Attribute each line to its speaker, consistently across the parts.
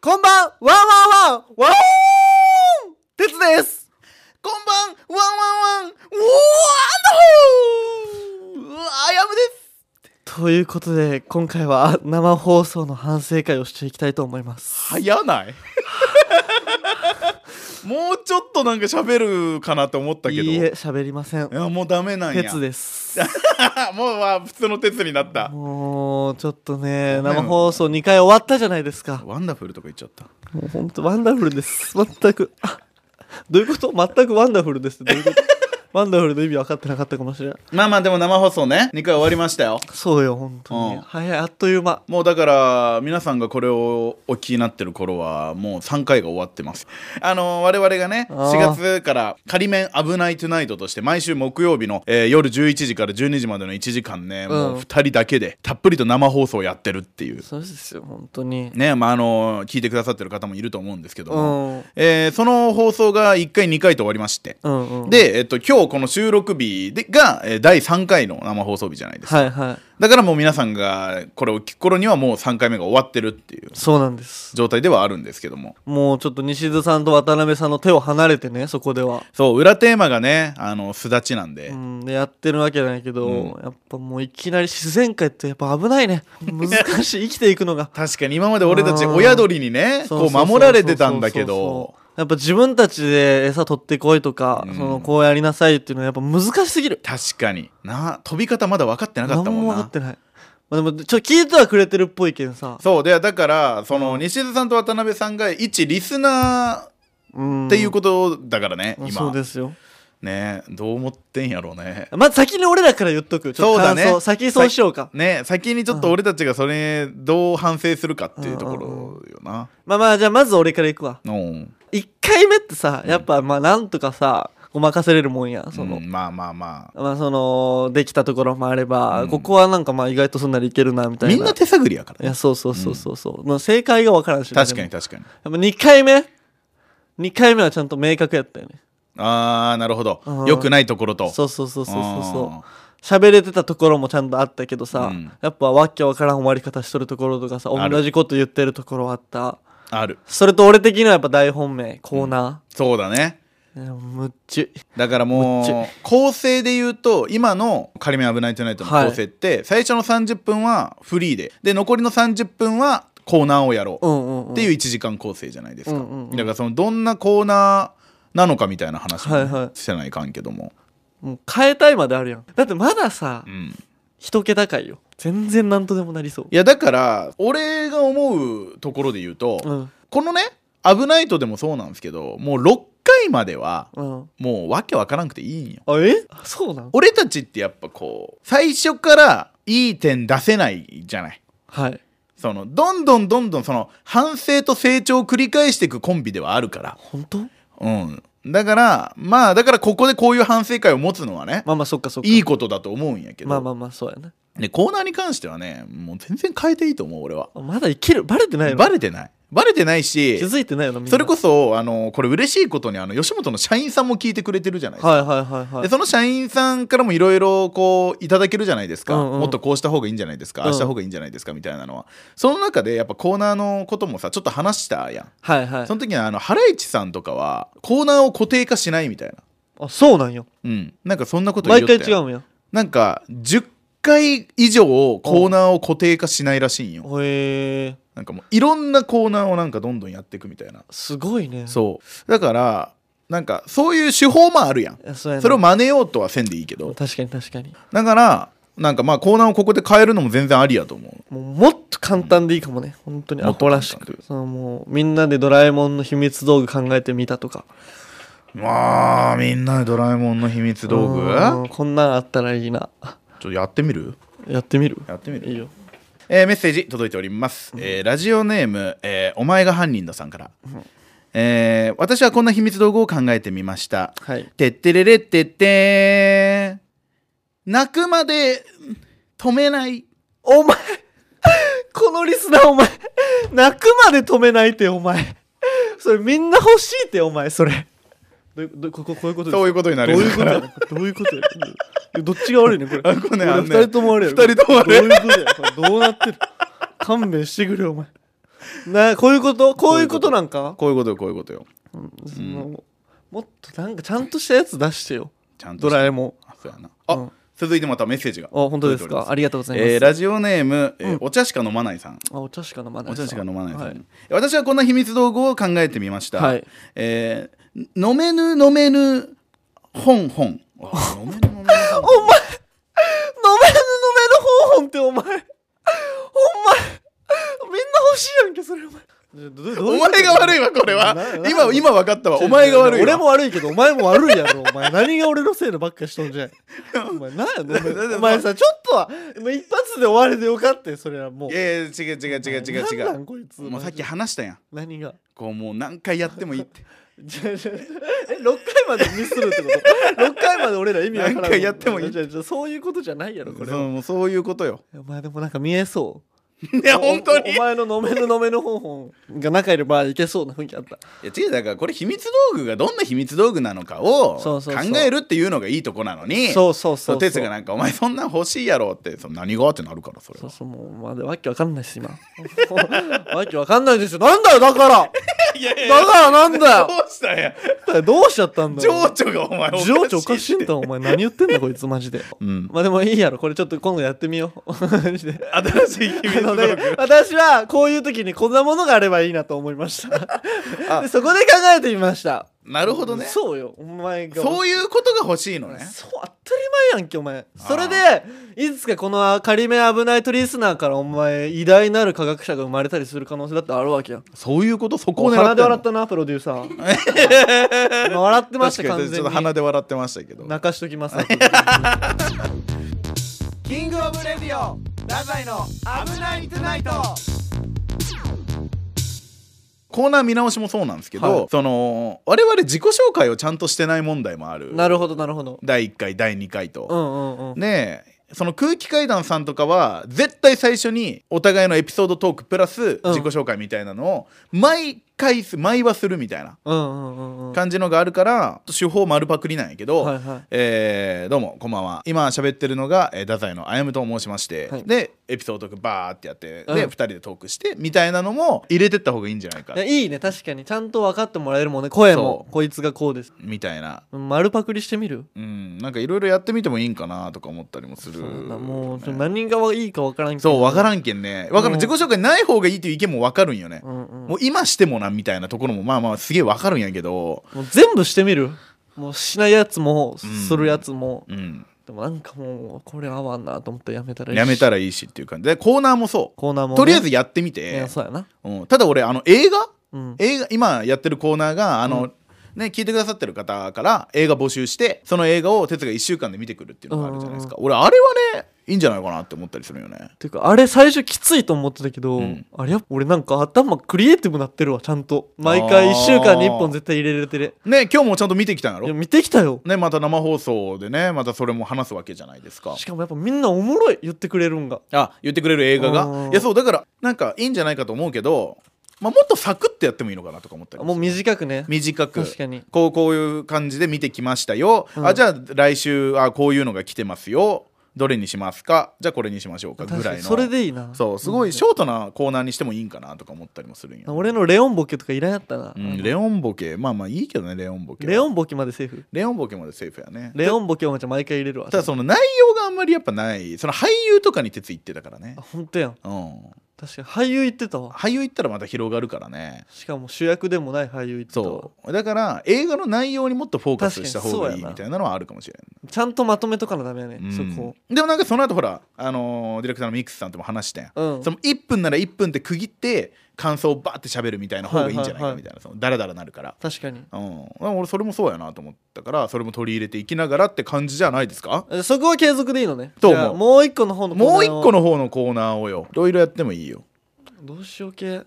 Speaker 1: こんばんワンワンワンワオーン鉄です
Speaker 2: こんばんワンワンワンワンダホーあやむです
Speaker 1: ということで今回は生放送の反省会をしていきたいと思います
Speaker 2: 早ない もうちょっとなんか喋るかなと思った
Speaker 1: い
Speaker 2: けど
Speaker 1: いえ喋りません
Speaker 2: いやもうダメなんや
Speaker 1: 鉄です
Speaker 2: もうまあ普通の鉄になった
Speaker 1: もうちょっとね生放送2回終わったじゃないですか
Speaker 2: ワンダフルとか言っちゃった
Speaker 1: もうほんとワンダフルです全くあどういうこと全くワンダフルですってどういうことワンダフルの意味分かってなかったかもしれない
Speaker 2: まあまあでも生放送ね2回終わりましたよ
Speaker 1: そうよ本当に、
Speaker 2: うん
Speaker 1: 早いあっという間
Speaker 2: もうだから皆さんがこれをお聞きになってる頃はもう3回が終わってますあの我々がね
Speaker 1: あー
Speaker 2: 4月から仮面「危ないトゥナイト」として毎週木曜日の、えー夜11時から12時までの1時間ね、もう2人だけでたっぷりと生放送をやってるっていう
Speaker 1: そうですよ本当に
Speaker 2: ねまああの聞いてくださってる方もいると思うんですけど
Speaker 1: う
Speaker 2: も、
Speaker 1: んうん
Speaker 2: えーその放送が1回2回と終わりまして、
Speaker 1: うん
Speaker 2: で、えっと、今日この収録日でが、えー第3回の生放送日じゃないですか
Speaker 1: はいはい
Speaker 2: だからもう皆さんがこれを聞く頃にはもう3回目が終わってるっていう
Speaker 1: そうなんです
Speaker 2: 状態ではあるんですけども
Speaker 1: もうちょっと西津さんと渡辺さんの手を離れてねそこでは、
Speaker 2: そう裏テーマがねあのすだちなんで、
Speaker 1: うん、でやってるわけないけど、
Speaker 2: う
Speaker 1: やっぱもういきなり自然界ってやっぱ危ないね難しい生きていくのが
Speaker 2: 確かに今まで俺たち
Speaker 1: うん
Speaker 2: 親鳥にね
Speaker 1: そうそう
Speaker 2: こ
Speaker 1: そ
Speaker 2: う
Speaker 1: うそう
Speaker 2: 守られてたんだけ
Speaker 1: そうそう
Speaker 2: ど
Speaker 1: そうやっぱ自分たちで餌取ってこいとか、
Speaker 2: うん
Speaker 1: そのこうやりなさいっていうのはやっぱ難しすぎる
Speaker 2: 確かにな飛び方まだ分かってなかった
Speaker 1: 何も
Speaker 2: も
Speaker 1: 分
Speaker 2: ん
Speaker 1: かっ
Speaker 2: な
Speaker 1: てない、まあ、でもちょ聞いてはくれてるっぽいけんさ
Speaker 2: そうでだからその西津さんと渡辺さんが一リスナ
Speaker 1: うん
Speaker 2: ーっていうことだからね、
Speaker 1: うんそう
Speaker 2: 今
Speaker 1: ですよ
Speaker 2: ねどう思ってんやろうね
Speaker 1: まず先に俺らから言っとくちょっと
Speaker 2: そうだ
Speaker 1: 感想
Speaker 2: ね
Speaker 1: 先そうしようか
Speaker 2: ね先にちょっと俺たちがそれどう反省するかっていうところよな
Speaker 1: まあまあじゃあまず俺からいくわ
Speaker 2: うん
Speaker 1: 1回目ってさやっぱまあなんとかさごまかせれるもんやその、
Speaker 2: うんまあまあま
Speaker 1: まあそのできたところもあれば、
Speaker 2: うん
Speaker 1: ここはなんかまあ意外とすんなりいけるなみ
Speaker 2: あ
Speaker 1: たいな
Speaker 2: みんな手探りやから
Speaker 1: いや
Speaker 2: ね
Speaker 1: そうそうそうそうそう、まあ正解が分からんし
Speaker 2: 確かに
Speaker 1: で
Speaker 2: 確かに
Speaker 1: もやっぱ2回目2回目はちゃんと明確やったよね
Speaker 2: ああなるほど
Speaker 1: うん
Speaker 2: 良くないところと
Speaker 1: そうそうそうそうそう
Speaker 2: あー
Speaker 1: そう喋れてたところもちゃんとあったけどさ、
Speaker 2: うん
Speaker 1: やっぱわけわからん終わり方しとるところとかさ
Speaker 2: ある
Speaker 1: 同じこと言ってるところあった
Speaker 2: ある
Speaker 1: それと俺的にはやっぱ大本命コーナ
Speaker 2: そうだね
Speaker 1: ー、いやむっち
Speaker 2: だから
Speaker 1: む
Speaker 2: もう構成で言うと今の「仮面危ないトゥナイト」の
Speaker 1: はい
Speaker 2: 構成って最初の30分はフリーでで残りの30分はコーナーをやろ
Speaker 1: う
Speaker 2: うん
Speaker 1: うん、うん、
Speaker 2: っていう1時間構成じゃないですか
Speaker 1: うんうんうん
Speaker 2: だからそのどんなコーナーなのかみたいな話もね
Speaker 1: はいはい
Speaker 2: してないかんけども
Speaker 1: もう変えたいまであるやんだってまださ
Speaker 2: うん
Speaker 1: 一桁かいよ全然なんとでもなりそう
Speaker 2: いやだから俺が思うところで言うと、
Speaker 1: うん
Speaker 2: このね「危ないと」でもそうなんですけどもう6回までは
Speaker 1: うん
Speaker 2: もうわけわからなくていいんよ
Speaker 1: あえあそうなん
Speaker 2: 俺たちってやっぱこう最初からいい点出せないじゃない
Speaker 1: はい
Speaker 2: そのどんどんどんどんその反省と成長を繰り返していくコンビではあるから
Speaker 1: 本当
Speaker 2: うんだからまあだからここでこういう反省会を持つのはね
Speaker 1: まあまあそっかそっか
Speaker 2: いいことだと思うんやけど、
Speaker 1: まあまあまあそうやね
Speaker 2: ね、コーナーに関してはねもう全然変えていいと思う俺は
Speaker 1: あまだいけるバレてないの
Speaker 2: バレてないバレてないし
Speaker 1: 気づいてないよなみんな
Speaker 2: それこそあのこれ嬉しいことにあの吉本の社員さんも聞いてくれてるじゃないですか、
Speaker 1: はいはいはいはい
Speaker 2: でその社員さんからもいろいろこういただけるじゃないですか、
Speaker 1: うんうん
Speaker 2: もっとこうした方がいいんじゃないですか、
Speaker 1: うん
Speaker 2: ああした方がいいんじゃないですかみたいなのはその中でやっぱコーナーのこともさちょっと話したやん
Speaker 1: はいはい
Speaker 2: その時にあのハライチさんとかはコーナーを固定化しないみたいな
Speaker 1: あそうなんよ
Speaker 2: うんなんかそんなこと言
Speaker 1: 毎
Speaker 2: よった
Speaker 1: 回
Speaker 2: やん
Speaker 1: 違うんや
Speaker 2: なんか10回以上コーナーを固定化しないらしいんよ
Speaker 1: へえ
Speaker 2: なんかもういろんなコーナーをなんかどんどんやっていくみたいな
Speaker 1: すごいね
Speaker 2: そうだからなんかそういう手法もあるやん
Speaker 1: いやそうやな
Speaker 2: それを真似ようとはせんでいいけど
Speaker 1: 確かに確かに
Speaker 2: だからなんかまあコーナーをここで変えるのも全然ありやと思う
Speaker 1: もうもっと簡単でいいかもね本当に
Speaker 2: も
Speaker 1: ア
Speaker 2: っと
Speaker 1: ホらし
Speaker 2: 簡単
Speaker 1: く
Speaker 2: で
Speaker 1: そのもうみんなでドラえもんの秘密道具考えてみたとか
Speaker 2: まあみんなでドラえもんの秘密道具
Speaker 1: うんこんなんあったらいいな
Speaker 2: ちょっとやってみる
Speaker 1: やってみる
Speaker 2: やってみる
Speaker 1: いいよ
Speaker 2: えーメッセージ届いております、えーラジオネーム、えーお前が犯人ださんから、えー私はこんな秘密道具を考えてみました
Speaker 1: はい
Speaker 2: てってれれってってー泣くまで止めない
Speaker 1: お前 このリスナーお前泣くまで止めないってお前それみんな欲しいってお前それどういうどうこここういうことです
Speaker 2: そういうことになる
Speaker 1: どういうことやねんこれどういうことやねんいやどっちが悪いねんこれ
Speaker 2: あこれねあのね
Speaker 1: 2人とも悪いやろ
Speaker 2: 二人とも悪い
Speaker 1: どういうことやこれどうなってる勘弁してくれよお前なこういうことこういうことなんか
Speaker 2: こういうことよこういうことよ
Speaker 1: そのもっとなんかちゃんとしたやつ出してよ
Speaker 2: ちゃんと
Speaker 1: ド
Speaker 2: した
Speaker 1: ラえもん
Speaker 2: あそうやなあ、
Speaker 1: うん
Speaker 2: 続いてまたメッセージが
Speaker 1: あ本当です
Speaker 2: 届いておりま
Speaker 1: かありがとうございます、
Speaker 2: えーラジオネーム、えー
Speaker 1: うん
Speaker 2: お茶しか飲まないさん
Speaker 1: あお茶しか飲まない
Speaker 2: お
Speaker 1: さ
Speaker 2: 茶しか飲まないさん、
Speaker 1: はい
Speaker 2: 私はこんな秘密道具を考えてみました、
Speaker 1: はい
Speaker 2: えー飲めぬ飲めぬ本本あ飲め
Speaker 1: お前飲めぬ飲
Speaker 2: ぬ飲めぬ
Speaker 1: めぬ本本ってお前お前みんな欲しいやんけそれお前
Speaker 2: 本お前が悪いわこれは
Speaker 1: なな
Speaker 2: 今今分かったわお前が悪いわ
Speaker 1: 俺も悪いけどお前も悪いやろお前何が俺のせいのばっかしとんじゃいお前なん やねんお前お前さちょっとはもう一発で終わりでよかったよそれはもう
Speaker 2: いやいや違う違う違う違う違
Speaker 1: なんな
Speaker 2: うん
Speaker 1: こいつ
Speaker 2: もうさっき話したやん
Speaker 1: 何が
Speaker 2: こうもう何回やってもいいって
Speaker 1: じゃあじゃあえ6回までミスるってこと6回まで俺ら意味わからん
Speaker 2: 何回やってもいい
Speaker 1: じゃあじゃあそういうことじゃないや ろこれ
Speaker 2: そ
Speaker 1: は
Speaker 2: うもうそういうことよ
Speaker 1: お前でもなんか見えそう
Speaker 2: いや本当に
Speaker 1: お
Speaker 2: い
Speaker 1: お前の飲めぬ飲めぬ本本が仲いる場合いけそうな雰囲気あった
Speaker 2: や違うだからこれ秘密道具がどんな秘密道具なのかを
Speaker 1: そ
Speaker 2: 考
Speaker 1: うそうそう
Speaker 2: えるっていうのがいいとこなのに
Speaker 1: そうそうそうそう
Speaker 2: 哲がなんか「お前そんなん欲しいやろ」ってその何がってなるからそれ
Speaker 1: そう
Speaker 2: は
Speaker 1: そうもうまだわけわかんないし今 わけわかんないですよなんだよだから
Speaker 2: いやい
Speaker 1: だからなんだ
Speaker 2: ど
Speaker 1: よ
Speaker 2: うしたんや
Speaker 1: どうしちゃったんだ
Speaker 2: 情
Speaker 1: よ
Speaker 2: 緒がお前
Speaker 1: 情緒おかしいん
Speaker 2: って
Speaker 1: だお前何言ってんだこいつマジで
Speaker 2: うん
Speaker 1: まあでもいいやろこれちょっと今度やってみよう マジで
Speaker 2: 新しい秘
Speaker 1: あ
Speaker 2: 密
Speaker 1: の
Speaker 2: 道
Speaker 1: ね
Speaker 2: 具、
Speaker 1: 私はこういう時にこんなものがあればいいなと思いました
Speaker 2: あ
Speaker 1: でそこで考えてみました
Speaker 2: なるほどねそ
Speaker 1: そうよお前が
Speaker 2: ういうことが欲しいのね
Speaker 1: そう当たり前やんけお前それでいつかこの仮面危ないトリスナーからお前偉大なる科学者が生まれたりする可能性だってあるわけやん
Speaker 2: そういうことそこ
Speaker 1: お
Speaker 2: を狙ってんの
Speaker 1: 鼻で笑ったなプロデューサー 今笑ってました
Speaker 2: 確か
Speaker 1: 完
Speaker 2: にちょ
Speaker 1: 全
Speaker 2: っ
Speaker 1: に
Speaker 2: と鼻で笑ってましたけど
Speaker 1: 泣かしときます
Speaker 2: キングオブレディオラザイの危ないトゥナイトコーナー見直しもそうなんですけど、
Speaker 1: はい
Speaker 2: その我々自己紹介をちゃんとしてない問題もある
Speaker 1: なるほどなるほど
Speaker 2: 第1回第2回
Speaker 1: う
Speaker 2: と、
Speaker 1: んうんうん
Speaker 2: ねえその空気階段さんとかは絶対最初にお互いのエピソードトークプラス自己紹介みたいなのを毎回す毎話するみたいな
Speaker 1: うんうんうんうん
Speaker 2: 感じのがあるから手法丸パクリなんやけど、
Speaker 1: はいはい
Speaker 2: えーどうもこんばんは今喋ってるのが、えー、太宰のあやむと申しまして、
Speaker 1: はい
Speaker 2: でエピソードトークバーってやってで、
Speaker 1: うん
Speaker 2: 2人でトークしてみたいなのも入れてった方がいいんじゃないか
Speaker 1: いやいいね確かにちゃんと分かってもらえるもんね声も
Speaker 2: そう
Speaker 1: こいつがこうです
Speaker 2: みたいな、
Speaker 1: 丸パクリしてみる
Speaker 2: うん、なんかいろいろやってみてもいいんかなとか思ったりもする
Speaker 1: そうなんだもうちょ何がいいか分からんけど
Speaker 2: そう分からんけんね分かる
Speaker 1: うん
Speaker 2: 自己紹介ない方がいいっていう意見も分かるんよね、
Speaker 1: うんうん
Speaker 2: もう今してもなみたいなところもまあまあすげえ分かるんやけど
Speaker 1: もう全部してみるもうしないやつもするやつも、
Speaker 2: うん
Speaker 1: でもなんかもうこれ合わんなと思ってやめたらいいし
Speaker 2: やめたらいいしっていう感じでコーナーもそう
Speaker 1: コーナーもね、
Speaker 2: とりあえずやってみ
Speaker 1: い
Speaker 2: て
Speaker 1: や、そうやな
Speaker 2: うん、ただ俺あの映画
Speaker 1: うん
Speaker 2: 映画今やってるコーナーがあの、ね、聞いてくださってる方から映画募集してその映画を哲が1週間で見てくるっていうのがあるじゃないですか、俺あれはねいいんじゃないかなって思ったりするよね
Speaker 1: ていうかあれ最初きついと思ってたけど、
Speaker 2: うん
Speaker 1: あれやっぱ俺なんか頭クリエイティブなってるわちゃんと毎回1週間に1本絶対入れれてる
Speaker 2: ね今日もちゃんと見てきたんや
Speaker 1: いや
Speaker 2: ろ
Speaker 1: 見てきたよ
Speaker 2: ねまた生放送でねまたそれも話すわけじゃないですか
Speaker 1: しかもやっぱみんなおもろい言ってくれるんが
Speaker 2: あ言ってくれる映画
Speaker 1: う
Speaker 2: が
Speaker 1: ん
Speaker 2: いやそうだからなんかいいんじゃないかと思うけど、まあ、もっとサクッてやってもいいのかなとか思ったり
Speaker 1: もう短くね
Speaker 2: 短く
Speaker 1: 確かに
Speaker 2: こうこういう感じで見てきましたよ、
Speaker 1: うん
Speaker 2: あじゃあ来週あこういうのが来てますよどれにしますかじゃあこれにしましょうかぐ
Speaker 1: 確か
Speaker 2: らいの
Speaker 1: にそれでいいな
Speaker 2: そうすごいショートなコーナーにしてもいいんかなとか思ったりもするんよ、
Speaker 1: 俺のレオンボケとかいらんやったな、
Speaker 2: うん、レオンボケまあまあいいけどねレオンボケは
Speaker 1: レオンボケまでセーフ
Speaker 2: レオンボケまでセーフやね
Speaker 1: レオンボケお前ちゃん毎回入れるわ
Speaker 2: ただその内容があんまりやっぱないその俳優とかに鉄言ってたからね
Speaker 1: あ、本当やん
Speaker 2: うん、
Speaker 1: 確かに俳優言ってたわ
Speaker 2: 俳優言ったらまた広がるからね
Speaker 1: しかも主役でもない俳優言ってたわ
Speaker 2: そうだから映画の内容にもっとフォーカスした方
Speaker 1: 確
Speaker 2: がい
Speaker 1: かにそう
Speaker 2: い
Speaker 1: やな
Speaker 2: みたいなのはあるかもしれない
Speaker 1: ちゃんとまとめとかなダメやね、
Speaker 2: うん
Speaker 1: そこ
Speaker 2: でもなんかその後ほら、あのーディレクターのミックスさんとも話してん、
Speaker 1: うん
Speaker 2: その1分なら1分って区切って感想をバーって喋るみたいな方がいいんじゃない
Speaker 1: はいはいは
Speaker 2: か
Speaker 1: い
Speaker 2: みたいな、そのダラダラなるから、
Speaker 1: 確かに
Speaker 2: うん、俺それもそうやなと思ったからそれも取り入れていきながらって感じじゃないですか
Speaker 1: えそこは継続でいいのね
Speaker 2: と思う
Speaker 1: じゃあもう一個の方のコーナー
Speaker 2: も
Speaker 1: を
Speaker 2: う一個の方のコーナーをよいろいろやってもいいよ
Speaker 1: どうしよう系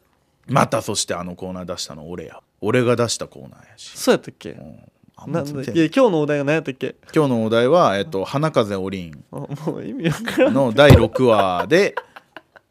Speaker 2: またそしてあのコーナー出したの俺や俺が出したコーナーやし、
Speaker 1: そうやったっけ
Speaker 2: うん、あん
Speaker 1: な
Speaker 2: ま
Speaker 1: んだ
Speaker 2: 全
Speaker 1: っけ
Speaker 2: 然
Speaker 1: いや今日のお題が何やったっけ
Speaker 2: 今日のお題は「えっと、花風おりん」
Speaker 1: あもう意味わからん
Speaker 2: の第6話で、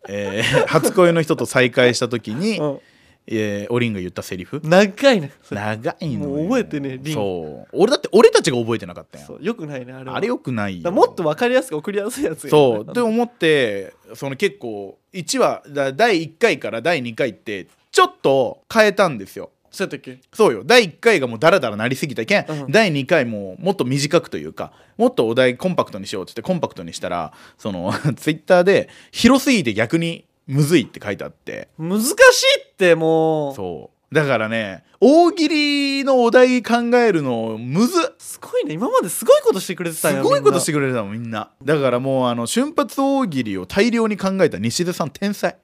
Speaker 2: えー初恋の人と再会した時に、
Speaker 1: うん
Speaker 2: えーおりんが言ったセリフ
Speaker 1: 長いね
Speaker 2: 長いのよ
Speaker 1: もう覚えてねリン
Speaker 2: そう俺だって俺たちが覚えてなかったよ
Speaker 1: そうよくないねあれは
Speaker 2: あれよくない
Speaker 1: だ
Speaker 2: よ
Speaker 1: からもっと分かりやすく送りやすいやつが
Speaker 2: そう
Speaker 1: なん
Speaker 2: っ
Speaker 1: か
Speaker 2: て思ってその結構1話だ第1回から第2回ってちょっと変えたんですよ
Speaker 1: そうやったっけ
Speaker 2: そうよ第1回がもうダラダラなりすぎたけん、
Speaker 1: うん
Speaker 2: 第2回ももっと短くというかもっとお題コンパクトにしようっつってコンパクトにしたらその ツイッターで「広すぎて逆にむずい」って書いてあって
Speaker 1: 難しいってもう
Speaker 2: そうだからね大喜利のお題考えるのむずっ
Speaker 1: すごいね今まですごいことしてくれてたん
Speaker 2: す
Speaker 1: や
Speaker 2: ごいことしててくれたもんみんなだからもうあの瞬発大喜利を大量に考えた西出さん 天才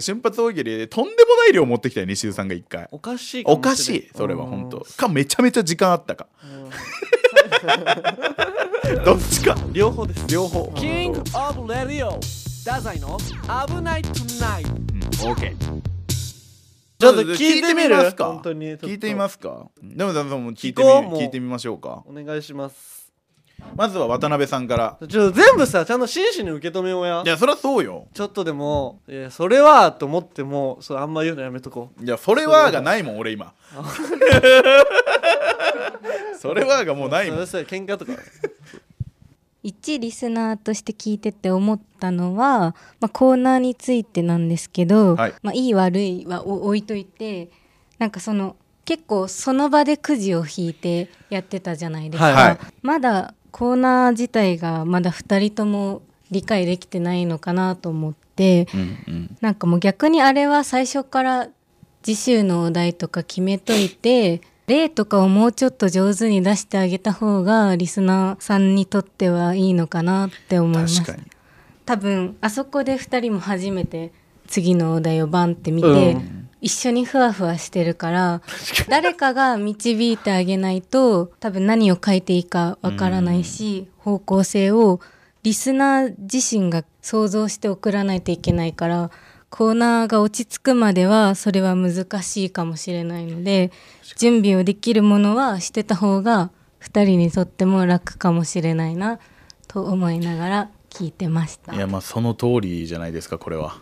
Speaker 2: 瞬発大喜利でとんでもない量持ってきたよ西出さんが一回
Speaker 1: おかしい
Speaker 2: おかしいそれは本当かめちゃめちゃ時間あ ったかどっちか
Speaker 1: 両方です
Speaker 2: 両方
Speaker 1: キング
Speaker 2: うん
Speaker 1: オブレディオダザイの危ないトゥナイト
Speaker 2: オーケー
Speaker 1: ちょっと聞いてみる
Speaker 2: ますか
Speaker 1: 本当にちょっと
Speaker 2: 聞いてみますかでもでも聞い
Speaker 1: 聞
Speaker 2: て
Speaker 1: こうも
Speaker 2: み
Speaker 1: う
Speaker 2: 聞いてみましょうか
Speaker 1: お願いします
Speaker 2: まずは渡辺さんから
Speaker 1: ちょっと全部さちゃんと真摯に受け止めようや
Speaker 2: いやそりゃそうよ
Speaker 1: ちょっとでもいやそれはと思ってもそうあんま言うのやめとこう
Speaker 2: いや、それはがないもん、俺 今。それはがもうない
Speaker 1: そ
Speaker 2: もん
Speaker 1: れ。それ喧嘩とか
Speaker 3: 一リスナーとして聞いてて思ったのは、まあ、コーナーについてなんですけど、
Speaker 2: はい
Speaker 3: まあ、いい悪いはお置いといてなんかその結構その場でくじを引いてやってたじゃないですか、
Speaker 1: はいはい
Speaker 3: まだコーナー自体がまだ2人とも理解できてないのかなと思ってなんかもう逆にあれは最初から次週のお題とか決めといて例とかをもうちょっと上手に出してあげた方がリスナーさんにとってはいいのかなって思います
Speaker 2: 確かに。
Speaker 3: 多分あそこで2人も初めて次のお題をバンって見て、
Speaker 1: うん
Speaker 3: 一緒にふわふわしてるから誰かが導いてあげないと多分何を書いていいかわからないし、方向性をリスナー自身が想像して送らないといけないからコーナーが落ち着くまではそれは難しいかもしれないので準備をできるものはしてた方が2人にとっても楽かもしれないなと思いながら聞いてました
Speaker 2: い。や、まあ、その通りじゃないですか、これ は。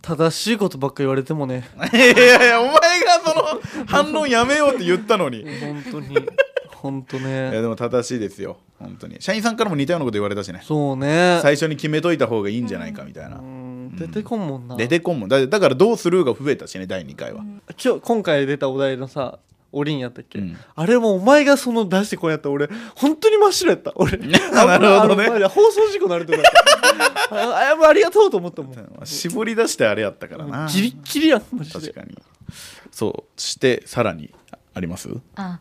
Speaker 1: 正しいことばっか言われてもね
Speaker 2: いやいやいや、お前がその反論やめようって言ったのに。い
Speaker 1: 本当に 本当ね
Speaker 2: や、でも正しいですよ、本当に。社員さんからも似たようなこと言われたしね。
Speaker 1: そうね
Speaker 2: 最初に決めといた方がいいんじゃないかみたいうな。
Speaker 1: ん出てこんもんな
Speaker 2: 出てこんもん。だだから、どうするが増えたしね、第2回は。
Speaker 1: 今日今回出たお題のさおりんやったっけ、
Speaker 2: うん
Speaker 1: あれもお前がその出してこうやったら俺本当に真っ白やった俺
Speaker 2: なるほどね
Speaker 1: あのあの放送事故なるとか ああやっぱありがとうと思ったもん
Speaker 2: 絞り出してあれやったからな。
Speaker 1: ギリッギリやんマジ
Speaker 2: 確
Speaker 1: で
Speaker 2: かに。そう、して、さらに、ああります
Speaker 3: あ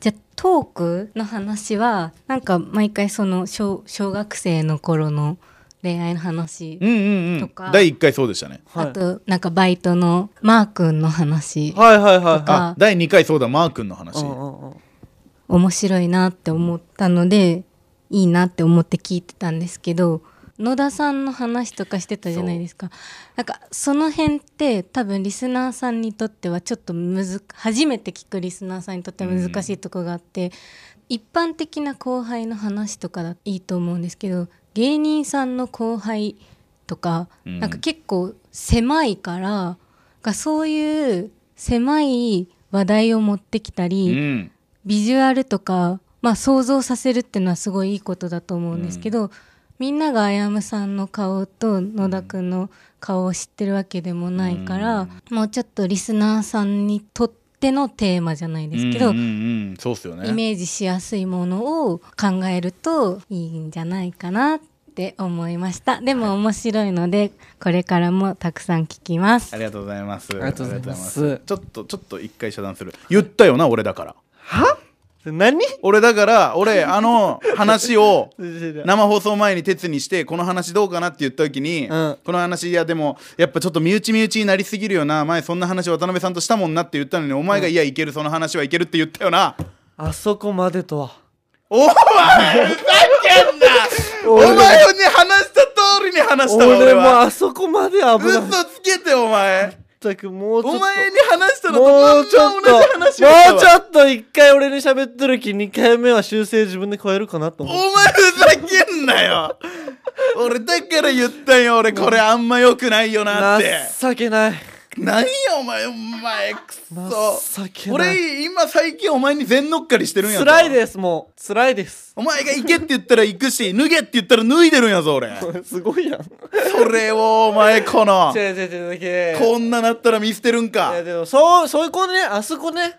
Speaker 3: じゃあトークの話はなんか毎回その小小学生の頃の恋愛の話、
Speaker 2: うんうんう
Speaker 3: と
Speaker 2: ん
Speaker 3: か。
Speaker 2: 第1回そうでしたね。
Speaker 1: はい
Speaker 3: あとなんかバイトのマー君の話、
Speaker 1: はいはいはいは
Speaker 3: か
Speaker 2: あ第2回そうだマー君の話、
Speaker 1: いうんうんうん
Speaker 3: 面白いなって思ったのでいいなって思って聞いてたんですけど野田さんの話とかしてたじゃないですかなんかその辺って多分リスナーさんにとってはちょっとむず初めて聞くリスナーさんにとっては難しいとこがあって、一般的な後輩の話とかだいいと思うんですけど芸人さんの後輩とか、
Speaker 2: うん
Speaker 3: なんか結構狭いからがそういう狭い話題を持ってきた
Speaker 2: う
Speaker 3: り、
Speaker 2: ん
Speaker 3: ビジュアルとか、まあ、想像させるっていうのはすごいいいことだと思うんですけど、みんながあやむさんの顔と野田くんの顔を知ってるわけでもないから、もうちょっとリスナーさんにとってのテーマじゃないですけど、
Speaker 2: うんうんうんそうっすよね
Speaker 3: イメージしやすいものを考えるといいんじゃないかなって思いましたでも面白いのでこれからもたくさん聞きます
Speaker 2: ありがとうございますあり
Speaker 1: がとうございます
Speaker 2: がとうございますちょっとちょっと一回遮断する言ったよな俺だから
Speaker 1: はで何
Speaker 2: 俺だから俺あの話を
Speaker 1: な
Speaker 2: 生放送前に鉄にしてこの話どうかなって言った時に、
Speaker 1: うん
Speaker 2: この話いやでもやっぱちょっと身内身内になりすぎるよな前そんな話渡辺さんとしたもんなって言ったのにお前が、いやいけるその話はいけるって言ったよな
Speaker 1: あそこまでとは
Speaker 2: お前ふざけんなお前に話した通りに話したわ
Speaker 1: 俺
Speaker 2: 俺
Speaker 1: も
Speaker 2: は
Speaker 1: あそこまで危ない
Speaker 2: 嘘つけてお前
Speaker 1: ったくもうちょっ
Speaker 2: お
Speaker 1: と
Speaker 2: 前に話したのと
Speaker 1: もうちょっ
Speaker 2: こん
Speaker 1: と
Speaker 2: な
Speaker 1: も
Speaker 2: 同
Speaker 1: う
Speaker 2: じ話をしたわ
Speaker 1: ちょっと一回俺に喋ってる気二回目は修正自分で変えるかなと
Speaker 2: お
Speaker 1: 思って
Speaker 2: 前ふざけんなよ俺だから言ったよ俺これあんま良くないよなって
Speaker 1: 情けない
Speaker 2: 何よお前お前くそ
Speaker 1: 情けない
Speaker 2: 俺今最近お前に全乗っかりしてるんやぞ
Speaker 1: 辛いですもう辛い です
Speaker 2: お前が行けって言ったら行くし脱げって言ったら脱いでるんや ぞ俺
Speaker 1: すごいやん
Speaker 2: それをお前この
Speaker 1: 違う違う違うだけ
Speaker 2: こんななったら見捨てるん
Speaker 1: いや
Speaker 2: か
Speaker 1: でもそうそういう子ねあそこね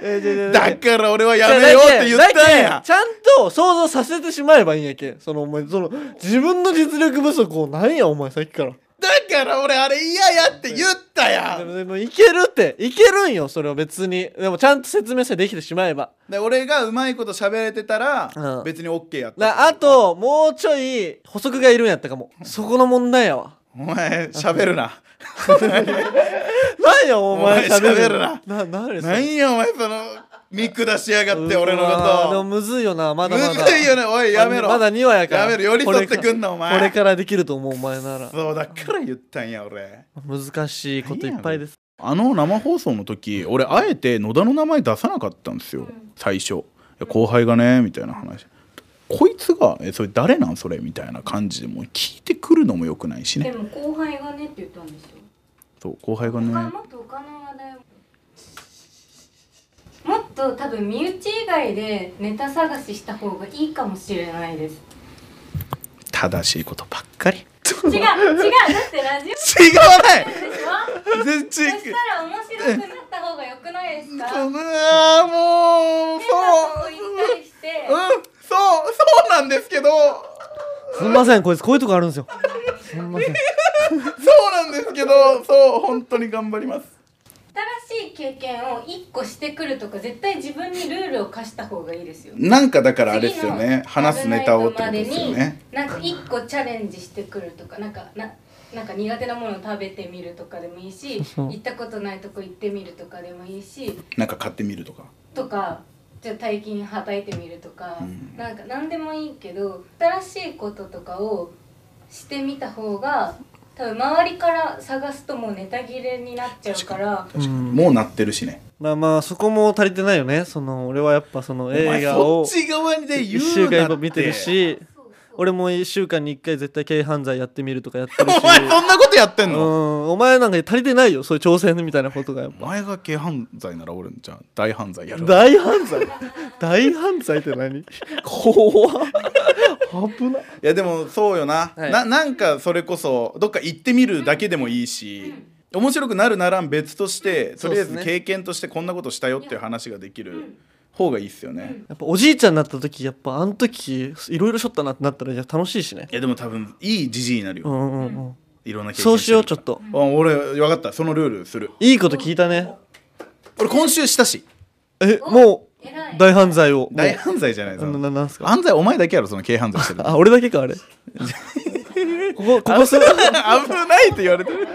Speaker 1: えー違う違う違う
Speaker 2: だから俺はやめようって言っ
Speaker 1: だけ
Speaker 2: たん
Speaker 1: だ
Speaker 2: や
Speaker 1: けちゃんと想像させてしまえばいいんやけそのお前その自分の実力不足をなんやお前さっきから
Speaker 2: だから俺あれ嫌やって言ったや
Speaker 1: で
Speaker 2: ん
Speaker 1: もでもいけるっていけるんよそれは別にでもちゃんと説明さえできてしまえば
Speaker 2: で俺がうまいこと喋れてた
Speaker 1: う
Speaker 2: ら
Speaker 1: ん
Speaker 2: 別に OK やった
Speaker 1: なあともうちょい補足がいるんやったかもそこの問題やわ
Speaker 2: お前喋るな
Speaker 1: なんやお前
Speaker 2: お前
Speaker 1: 喋
Speaker 2: 喋るな
Speaker 1: な何それ
Speaker 2: 何やお前その見下しやがって
Speaker 1: うわー
Speaker 2: 俺のこ
Speaker 1: でも
Speaker 2: と
Speaker 1: むずいよなまだまだ
Speaker 2: むずいよねおいやめろ
Speaker 1: まだ2話やから
Speaker 2: やめろ寄り添ってくんなお前
Speaker 1: これからできると思うお前なら
Speaker 2: そうだから言ったんや俺
Speaker 1: 難しいこといっぱいです
Speaker 2: あの生放送の時俺あえて野田の名前出さなかったんですよ最初いや後輩がねみたいな話こいつが「えそれ誰なんそれ」みたいな感じでもう聞いてくるのもよくないし
Speaker 4: で
Speaker 2: ね
Speaker 4: も後輩がねって言ったんですよ。
Speaker 2: そう後輩がね
Speaker 4: 他もっと他の話題を。もっと多分身内以外でネタ探しした方がいいかもしれないです。
Speaker 2: 正しいことばっかり
Speaker 4: 違う違うだってラジオでし
Speaker 2: 違わない
Speaker 4: ょ。
Speaker 2: 全
Speaker 4: そ
Speaker 2: 然
Speaker 4: したら面白くなった方が良くないですか。
Speaker 2: そ
Speaker 4: 変な
Speaker 2: う
Speaker 4: とこ
Speaker 2: あーもうそう
Speaker 4: 行ったりして。
Speaker 2: うんそうそうなんですけど
Speaker 1: すんませんこいつこういうとこあるんですよすんません
Speaker 2: そうなんですけどそう本当に頑張ります
Speaker 4: 新しい経験を一個してくるとか絶対自分にルールを課した方がいいですよ。
Speaker 2: なんかだからあれですよね話すネタをってことですよ
Speaker 4: 危ない
Speaker 2: ね
Speaker 4: とまでになんか一個チャレンジしてくるとかなんかななんか苦手なものを食べてみるとかでもいいし
Speaker 1: そう
Speaker 4: 行ったことないとこ行ってみるとかでもいいし
Speaker 2: なんか買ってみるとか
Speaker 4: とかじゃあ大金はたいてみるとか、
Speaker 2: うん
Speaker 4: なんか何でもいいけど新しいこととかをしてみた方が多分周りから探すともうネタ切れになっちゃうから
Speaker 1: うん
Speaker 2: もうなってるしね
Speaker 1: まあまあそこも足りてないよねその俺はやっぱその
Speaker 2: お前
Speaker 1: 映画を
Speaker 2: そっち側で言
Speaker 1: 1
Speaker 2: う
Speaker 1: 週間
Speaker 2: な
Speaker 1: 一
Speaker 2: って
Speaker 1: 本見てるし
Speaker 4: そうそう
Speaker 1: 俺も1週間に1回絶対軽犯罪やってみるとかやって
Speaker 2: お
Speaker 1: るし
Speaker 2: 前そんなことやってん
Speaker 1: う
Speaker 2: の、
Speaker 1: んお前なんか足りてないよそういう挑戦みたいなことがやっぱ
Speaker 2: お前が軽犯罪なら俺じゃあ大犯罪やるわ
Speaker 1: 大犯罪 大犯罪って何怖っ危ない
Speaker 2: いやでもそうよな、
Speaker 1: はい
Speaker 2: ななんかそれこそどっか行ってみるだけでもいいし、面白くなるならん別としてとりあ
Speaker 1: そうっ
Speaker 2: えず
Speaker 1: すね
Speaker 2: 経験としてこんなことしたよっていう話ができる方がいいっすよね、い
Speaker 1: やっぱおじいちゃんになった時やっぱあの時いろいろしょったなってなったらいや楽しいしね
Speaker 2: やでも多分いいじじいになるよ、
Speaker 1: うんうんうん
Speaker 2: いろんな経験
Speaker 1: そうしようちょ
Speaker 2: て
Speaker 1: っ
Speaker 2: る
Speaker 1: と
Speaker 2: からあ俺分かったそのルールする
Speaker 1: いいこと聞いたね
Speaker 2: 俺今週したし
Speaker 1: えも
Speaker 4: 偉
Speaker 1: う
Speaker 4: い
Speaker 1: 大犯罪を
Speaker 2: 大犯罪じゃない
Speaker 1: もうなななんすか
Speaker 2: 犯罪お前だけやろその軽犯罪してる の
Speaker 1: あ俺だけかあれここここする
Speaker 2: 危ないって言われてる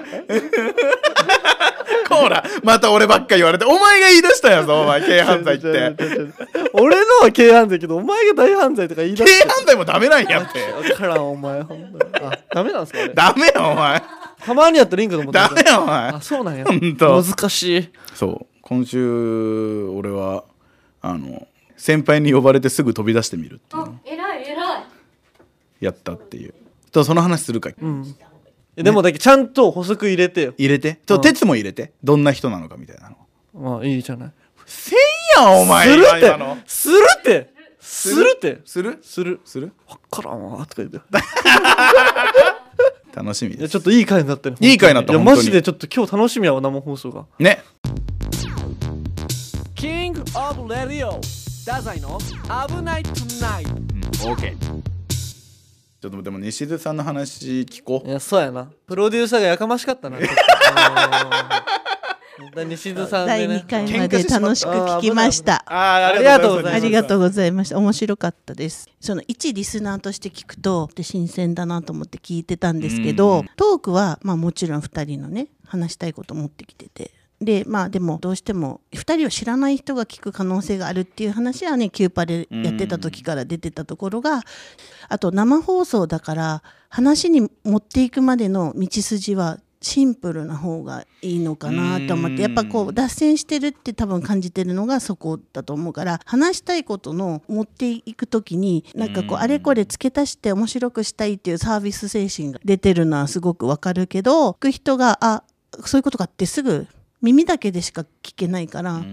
Speaker 2: こらまた俺ばっか言われてお前が言い出したんやぞお前軽犯罪っ
Speaker 1: 違
Speaker 2: て
Speaker 1: う違う違う違う俺のは軽犯罪やけどお前が大犯罪とか言い出して
Speaker 2: 軽犯罪もダメなん やって
Speaker 1: 分からんお前ほんとにあ ダメなんすかあれ
Speaker 2: ダメよお前
Speaker 1: たまにやったらいいんかと思った
Speaker 2: ダメよお前
Speaker 1: あそうなんや
Speaker 2: ほんと
Speaker 1: 難しい
Speaker 2: そう今週俺はあの先輩に呼ばれてすぐ飛び出してみるっていう
Speaker 4: あ
Speaker 2: の
Speaker 4: 偉い偉い
Speaker 2: やったっていうとその話するか、
Speaker 1: えでもだけどちゃんと補足入れてよ
Speaker 2: 入れてと
Speaker 1: うん
Speaker 2: 鉄も入れてどんな人なのかみたいなの
Speaker 1: まあいいじゃない
Speaker 2: せんやんお前
Speaker 1: するっ
Speaker 2: 今の
Speaker 1: てするってするって
Speaker 2: する
Speaker 1: する
Speaker 2: する
Speaker 1: わからんわとか言ってい
Speaker 2: 楽しみで
Speaker 1: や
Speaker 2: す
Speaker 1: ちょっといい回になったね
Speaker 2: いい回になった
Speaker 1: いや
Speaker 2: 本当に
Speaker 1: マジでちょっと今日楽しみやわ生放送が
Speaker 2: ね
Speaker 1: キングオブレディオダザイの危ないトゥナイト
Speaker 2: オーケーちょっとでも西津さんの話聞こ
Speaker 1: いうやそうやなプロデューサーがやかましかったなうん 本当に西津さん
Speaker 5: 第
Speaker 1: で
Speaker 5: 2
Speaker 1: ね
Speaker 5: 回まで楽しく聞きました。
Speaker 2: あ
Speaker 1: ーありがとうございます
Speaker 5: ありがとうございました。面白かったです。その一リスナーとして聞くと、で新鮮だなと思って聞いてたんですけど、トークはまあもちろん2人のね話したいこと持ってきてて。でまあ、でもどうしても2人を知らない人が聞く可能性があるっていう話はねキューパでやってた時から出てたところがあと生放送だから話に持っていくまでの道筋はシンプルな方がいいのかなと思ってやっぱこう脱線してるって多分感じてるのがそこだと思うから話したいことの持っていく時になんかこうあれこれ付け足して面白くしたいっていうサービス精神が出てるのはすごくわかるけど聞く人があそういうことかってすぐ耳だけでしか聞けないから、ね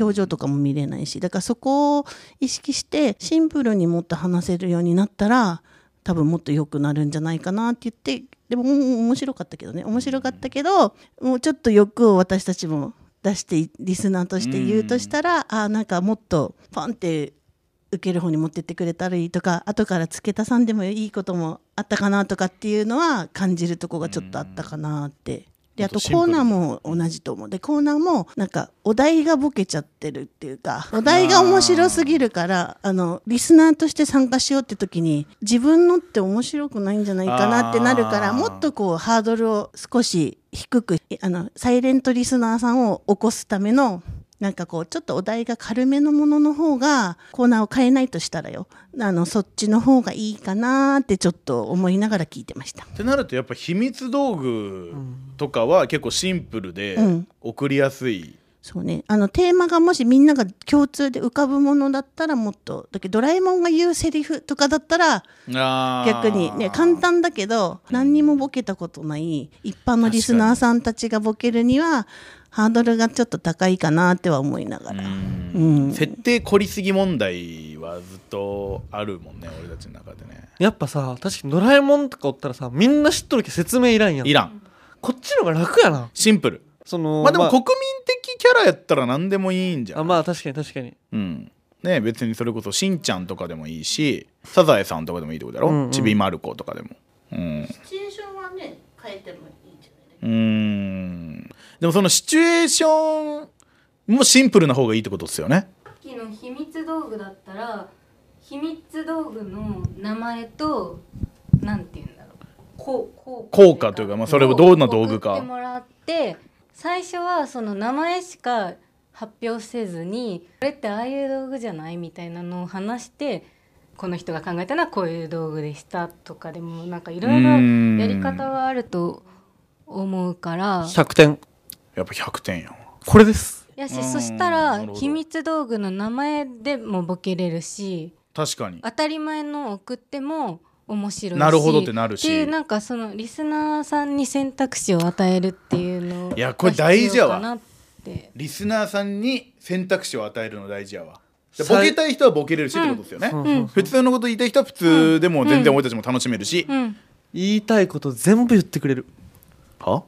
Speaker 5: 表情とかも見れないしだからそこを意識してシンプルにもっと話せるようになったら多分もっと良くなるんじゃないかなって言ってでもうん面白かったけどね面白かったけどもうちょっと欲を私たちも出してリスナーとして言うとしたら、あーなんかもっとパンって受ける方に持ってってくれたらいいとか後から付け足さんでもいいこともあったかなとかっていうのは感じるとこがちょっとあったかなって。であとコーナーも同じと思うでコーナーもなんかお題がボケちゃってるっていうかお題が面白すぎるからあのリスナーとして参加しようって時に自分のって面白くないんじゃないかなってなるから
Speaker 2: あー
Speaker 5: もっとこうハードルを少し低くあのサイレントリスナーさんを起こすためのなんかこうちょっとお題が軽めのものの方がコーナーを変えないとしたらよあのそっちの方がいいかなってちょっと思いながら聞いてました。
Speaker 2: ってなるとやっぱ秘密道具とかは結構シンプルで
Speaker 5: うん
Speaker 2: 送りやすい、
Speaker 5: そうね、あのテーマがもしみんなが共通で浮かぶものだったらもっとだけどドラえもんが言うセリフとかだったら
Speaker 2: あー
Speaker 5: 逆にね簡単だけど何にもボケたことない一般のリスナーさんたちがボケるにはハードルがちょっと高いかなっては思いながら、うん
Speaker 2: 設定凝りすぎ問題はずっとあるもんね俺たちの中でね
Speaker 1: やっぱさ確かにドラえもんとかおったらさみんな知っとるけど説明いらんやん
Speaker 2: いらん
Speaker 1: こっちの方が楽やな
Speaker 2: シンプル
Speaker 1: その
Speaker 2: まあでも国民的キャラやったら何でもいいんじゃん
Speaker 1: あまあ確かに確かに
Speaker 2: うんね、別にそれこそしんちゃんとかでもいいしサザエさんとかでもいいってことだろ、
Speaker 1: うんうん
Speaker 2: ちびまる子とかでもうん
Speaker 6: シチュエーションはね変えてもいいんじゃないう
Speaker 2: ーんでもそのシチュエーションもシンプルな方がいいってことですよね
Speaker 4: さっきの秘密道具だったら秘密道具の名前となんて言うんだろうこうこう
Speaker 2: 効果というかまあそれをどんな道具か
Speaker 4: 送ってもらって最初はその名前しか発表せずにこれってああいう道具じゃないみたいなのを話してこの人が考えたのはこういう道具でしたとかでもなんかいろいろやり方はあると思うから
Speaker 1: 100点
Speaker 2: やっぱ100点やん
Speaker 1: これです
Speaker 4: や
Speaker 2: う
Speaker 4: し
Speaker 2: ん
Speaker 4: そした
Speaker 2: な
Speaker 4: ら
Speaker 2: るほど
Speaker 4: 秘密道具の名前でもボケれるし
Speaker 2: 確かに
Speaker 4: 当たり前のを送っても面白いし
Speaker 2: なるほどってなるし
Speaker 4: っていうなんかそのリスナーさんに選択肢を与えるっていうの
Speaker 2: いやこれ大事やわ
Speaker 4: が必要かなって
Speaker 2: リスナーさんに選択肢を与えるの大事やわでボケたい人はボケれるしってことですよね、
Speaker 1: うん
Speaker 2: 普通のこと言いたい人は普通でも全然俺たちも楽しめるし、
Speaker 4: うん
Speaker 1: 言いたいこと全部言ってくれる
Speaker 2: は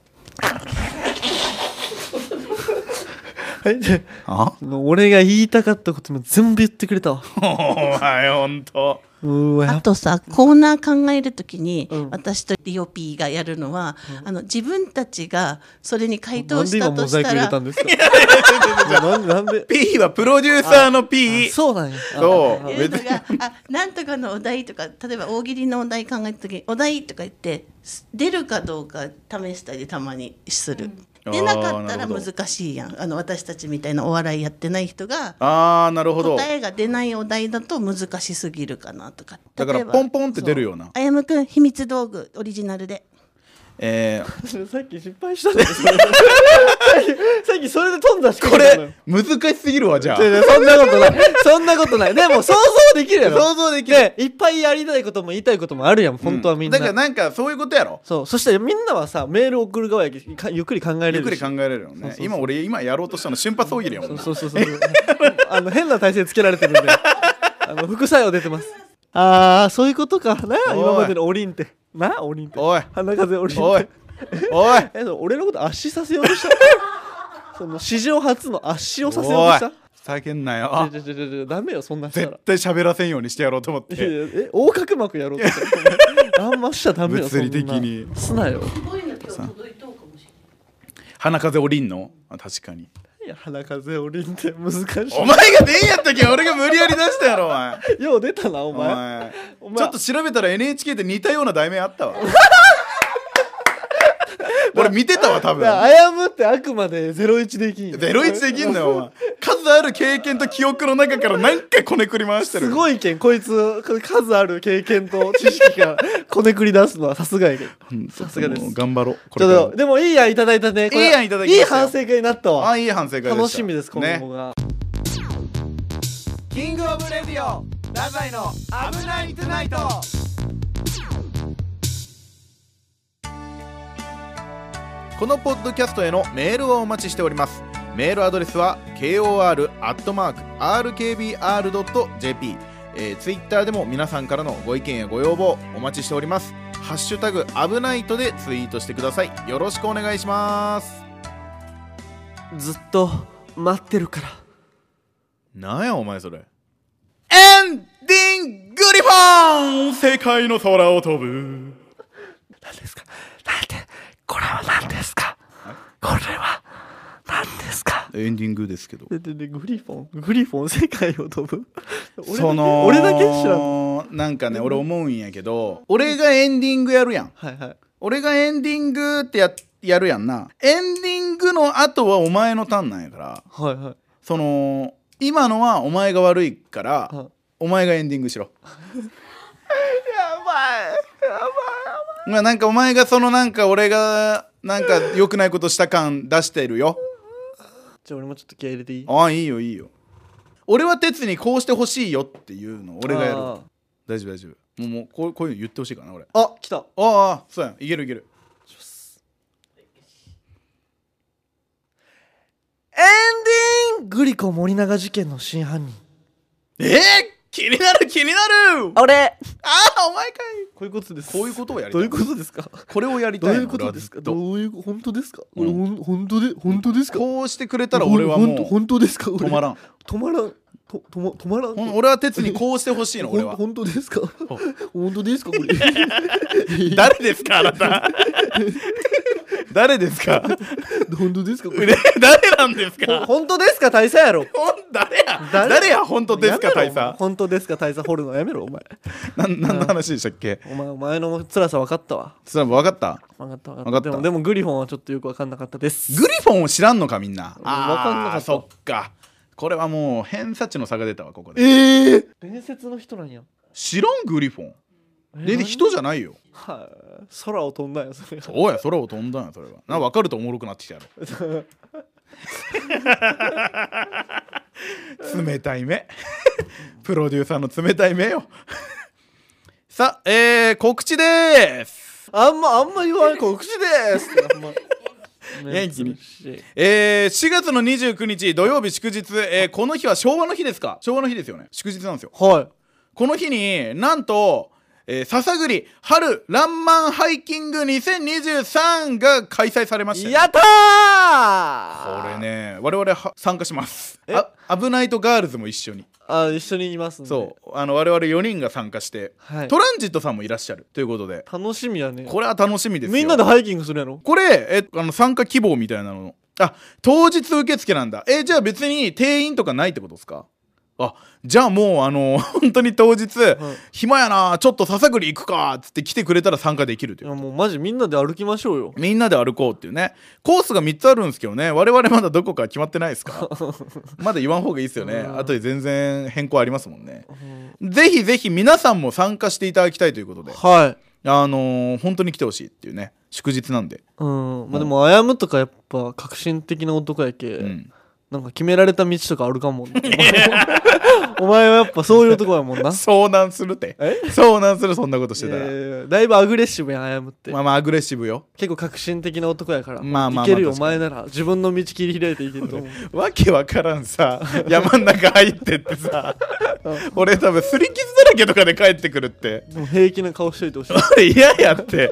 Speaker 1: はいで
Speaker 2: は
Speaker 1: 俺が言いたかったことも全部言ってくれた わ
Speaker 2: お前ほんと
Speaker 1: うーわや
Speaker 5: あ
Speaker 1: っぱ
Speaker 5: とさコーナー考えるときに、
Speaker 1: うん
Speaker 5: 私とリオピーがやるのは、あの自分たちがそれに回
Speaker 1: な
Speaker 5: 答
Speaker 1: んで
Speaker 5: した
Speaker 1: 今
Speaker 5: と
Speaker 1: モザ
Speaker 5: し
Speaker 1: イク
Speaker 5: た
Speaker 1: 入れ
Speaker 5: ら
Speaker 1: たんですかなんでなんで
Speaker 2: P はプロデューサーの P
Speaker 1: あそうなんや
Speaker 2: そう
Speaker 1: あああ
Speaker 5: いうのが「あなんとかのお題」とか例えば大喜利のお題考えた時に「お題」とか言ってす出るかどうか試したりたまにする、
Speaker 2: うん
Speaker 5: 出なかっ
Speaker 2: あー
Speaker 5: た
Speaker 2: な
Speaker 5: ら
Speaker 2: るほど
Speaker 5: 難しいやんあの私たちみたいなお笑いやってない人が
Speaker 2: ああなるほど
Speaker 5: 答えが出ないお題だと難しすぎるかなとか
Speaker 2: だから
Speaker 5: 例えば
Speaker 2: ポンポンって出るような
Speaker 5: そうあやむくん秘密道具オリジナルで
Speaker 2: えー
Speaker 1: さっき失敗したんだよそれさっきさっきそれで飛んだし
Speaker 2: これ難しすぎるわじゃあ
Speaker 1: いやいやそんなことないそんなことないでも想像できるやろ想像できる、ねいっぱいやりたいことも言いたいこともあるやん本当はみんな、
Speaker 2: だからなんかそういうことやろ
Speaker 1: そうそしてみんなはさメール送る側やけかゆっくり考えれる
Speaker 2: ゆっくり考えられるのね今俺今やろうとしたの瞬発大喜利やもんな
Speaker 1: そうそうそうそうあの変な体勢つけられてるんであの副作用出てますああそういうことかな
Speaker 2: おい
Speaker 1: 今までのオリンってなオリンって
Speaker 2: おい
Speaker 1: 花風オリンって
Speaker 2: おいおい
Speaker 1: えその俺のこと圧死させようとしたその史上初の圧死をさせようとし
Speaker 2: おい叫んな
Speaker 1: た
Speaker 2: よ
Speaker 1: ちょちょちょちょダメよそんなんした
Speaker 2: 絶
Speaker 1: ら
Speaker 2: 対喋らせんようにしてやろうと思っ
Speaker 1: いやい
Speaker 2: て
Speaker 1: やえ横隔膜やろう としたあんましちゃダメよ
Speaker 2: 物理的に
Speaker 1: そんなすなよ
Speaker 6: すごいの今日届いとうかもしれない
Speaker 2: 花風おりんのあ確かに
Speaker 1: いや花風オリンって難し
Speaker 2: お前が出んやったけん俺が無理やり出したやろお前
Speaker 1: いよう出たなお
Speaker 2: お
Speaker 1: 前
Speaker 2: 前
Speaker 1: お前
Speaker 2: ちょっと調べたら NHK で似たような題名あ ったわ俺見てたわ多分
Speaker 1: だからあやむってあくまでゼロ一できんよ
Speaker 2: ゼロイチできんのよお前数数ある経験と記憶の中から何回こねくり回してる
Speaker 1: すごい意見こいつ数ある経験と知識がこねくり出すのはさすがやけど
Speaker 2: 本当
Speaker 1: さすがです
Speaker 2: もう頑張ろうこ
Speaker 1: ち
Speaker 2: れ
Speaker 1: ょ
Speaker 2: から
Speaker 1: っとでもいい案いただいたねこれ
Speaker 2: いい案いただきましたよ
Speaker 1: いい反省会になった
Speaker 2: あ
Speaker 1: わ
Speaker 2: いい反省会でした
Speaker 1: 楽しみです今後
Speaker 2: ね
Speaker 1: が、
Speaker 2: キングオブレディオラザイの危ないトゥナイトこのポッドキャストへのメールをお待ちしておりますメールアドレスは kor.rkbr.jp えー、ツイッターでも皆さんからのご意見やご要望お待ちしておりますハッシュタグ危ないとでツイートしてくださいよろしくお願いします
Speaker 1: ずっと待ってるから
Speaker 2: なんやお前それエンディングリフォン世界の空を飛ぶ
Speaker 1: 何ですかなんてこれは何ですかこれは何ですか
Speaker 2: エンディングですけど
Speaker 1: でででグリフォングリフォン世界を飛ぶ俺だ
Speaker 2: そ
Speaker 1: け
Speaker 2: の
Speaker 1: 俺だけ知らんは
Speaker 2: なんかね俺思うんやけど俺がエンディングやるやん
Speaker 1: いはい
Speaker 2: 俺がエンディングってややるやんなエンディングの後はお前のターンなんやから
Speaker 1: はいはい
Speaker 2: その今のはお前が悪いから、
Speaker 1: うん
Speaker 2: お前がエンディン グしろやばいやばいやばい、まあ、なんかお前がそのなんか俺がなんか良くないことした感出してる よ
Speaker 1: じゃあ俺もちょっと気合い入れていい
Speaker 2: ああいいよいいよ俺は哲にこうしてほしいよっていうの俺がやる
Speaker 1: あ
Speaker 2: 大丈夫大丈夫もうもうこうこういうの言ってほしいかな俺あ
Speaker 1: ーあ来た
Speaker 2: ああそうやんいけるいける
Speaker 1: エンディンググリコ森永事件の真犯人
Speaker 2: ええ気になる気になるあ
Speaker 1: 俺
Speaker 2: あお前かい
Speaker 1: こういうことです
Speaker 2: こういうことをやりた
Speaker 1: ど
Speaker 2: いう
Speaker 1: いうことですか
Speaker 2: これをやり
Speaker 1: ど
Speaker 2: た
Speaker 1: う
Speaker 2: い
Speaker 1: い
Speaker 2: の
Speaker 1: うことですか
Speaker 2: 俺はずっ
Speaker 1: どういう本当ですか、
Speaker 2: うん
Speaker 1: 俺ほん本当で本当ですか
Speaker 2: こうしてくれたら俺はも
Speaker 1: ほん
Speaker 2: う
Speaker 1: 本当ですか俺
Speaker 2: 止まらん
Speaker 1: 止まらんととも止まらん
Speaker 2: ほん俺は鉄にこうしてほしいの
Speaker 1: ほん
Speaker 2: 俺は
Speaker 1: 本当ですか本当ですかこ れ
Speaker 2: 誰ですかあ なた誰ですか
Speaker 1: 本当ですかこ れ
Speaker 2: ね誰なんですか
Speaker 1: 本当ですか大佐やろ
Speaker 2: ほん誰や
Speaker 1: 誰
Speaker 2: 誰や本当ですか
Speaker 1: やめ
Speaker 2: 大
Speaker 1: ろお前
Speaker 2: 佐
Speaker 1: 本当ですか大佐掘るのやめろお前
Speaker 2: なん何の話でしたっけ
Speaker 1: お前お前の辛さ分かったわ
Speaker 2: それ分かった
Speaker 1: 分かった分かった
Speaker 2: 分かった
Speaker 1: でもでもグリフォンはちょっとよく分かんなかったです
Speaker 2: グリフォンを知らんのかみんな
Speaker 1: うんわかんなかった
Speaker 2: あーそっかこれはもう偏差値の差が出たわここで
Speaker 1: ええ伝説の人なんや
Speaker 2: 知らんグリフォン
Speaker 1: え
Speaker 2: で
Speaker 1: 何
Speaker 2: 人じゃないよ
Speaker 1: はい、空を飛んだよそれ
Speaker 2: おや空を飛んだんやそれはな分かるとおもろくなってきたやろ冷たい目プロデューサーの冷たい目よ さあえー、告知です
Speaker 1: あんまあんま言わない告知です あん ま
Speaker 2: 元気に
Speaker 1: 珍しい
Speaker 2: えー、4月の29日土曜日祝日、えー、この日は昭和の日ですか昭和の日ですよね祝日なんですよ
Speaker 1: はい
Speaker 2: この日になんと、えー、笹栗春ランマンハイキング2023が開催されました
Speaker 1: やった
Speaker 2: こ
Speaker 1: ー
Speaker 2: れね我々は参加します
Speaker 1: え
Speaker 2: あ危ないとガールズも一緒に
Speaker 1: あ一緒にいますんで
Speaker 2: そうあの我々4人が参加して、
Speaker 1: はい
Speaker 2: トランジットさんもいらっしゃるということで
Speaker 1: 楽しみやね
Speaker 2: これは楽しみですよ
Speaker 1: みんなでハイキングするやろ
Speaker 2: これえあの参加希望みたいなのあ当日受付なんだえじゃあ別に定員とかないってことですかあじゃあもうあの 本当に当日、暇やなちょっと笹栗行くかっつって来てくれたら参加できると
Speaker 1: い
Speaker 2: いう
Speaker 1: やもうマジみんなで歩きましょうよ
Speaker 2: みんなで歩こうっていうねコースが3つあるんですけどね我々まだどこか決まってないですか まだ言わん方がいいですよね
Speaker 1: うん
Speaker 2: 後で全然変更ありますもんね、ぜひぜひ皆さんも参加していただきたいということで
Speaker 1: はい
Speaker 2: あのー本当に来てほしいっていうね祝日なんで、
Speaker 1: うんまあでもあやむとかやっぱ革新的な男やけ、
Speaker 2: うん、
Speaker 1: なんか決められた道とか歩か んもんなお前はやっぱそういう男やもんな
Speaker 2: 遭難するって
Speaker 1: え
Speaker 2: 遭難するそんなことしてたら、
Speaker 1: えーだいぶアグレッシブやんあやむって、
Speaker 2: まあまあアグレッシブよ
Speaker 1: 結構革新的な男やから、
Speaker 2: まあまあまあ
Speaker 1: いけるよお
Speaker 2: 確か
Speaker 1: 前なら自分の道切り開いていけると思う
Speaker 2: わけわからんさ山ん中入ってってさ俺多分すり傷だらけとかで帰ってくるって
Speaker 1: でも平気な顔しといてほしい、
Speaker 2: 俺嫌やって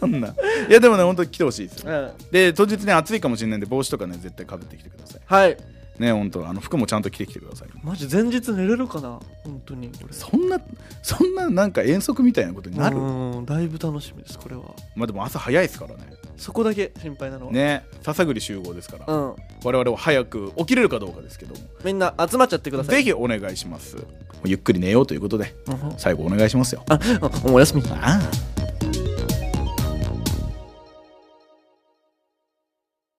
Speaker 2: そんないやでもね本当に来てほしいですよ
Speaker 1: うん
Speaker 2: で当日ね暑いかもしれないんで帽子とかね絶対かぶってきてください
Speaker 1: はい
Speaker 2: ね本当あの服もちゃんと着てきてください
Speaker 1: マジ前日寝れるかな本当に俺
Speaker 2: そんなそんななんか遠足みたいなことになる
Speaker 1: うんだいぶ楽しみですこれは
Speaker 2: まあでも朝早いですからね
Speaker 1: そこだけ心配なのは
Speaker 2: ね笹栗集合ですから
Speaker 1: うん
Speaker 2: 我々は早く起きれるかどうかですけども
Speaker 1: みんな集まっちゃってくださ
Speaker 2: ぜ
Speaker 1: い
Speaker 2: ひお願いしますゆっくり寝ようということで
Speaker 1: うん
Speaker 2: 最後お願いしますよ
Speaker 1: あおやすみ
Speaker 2: ああ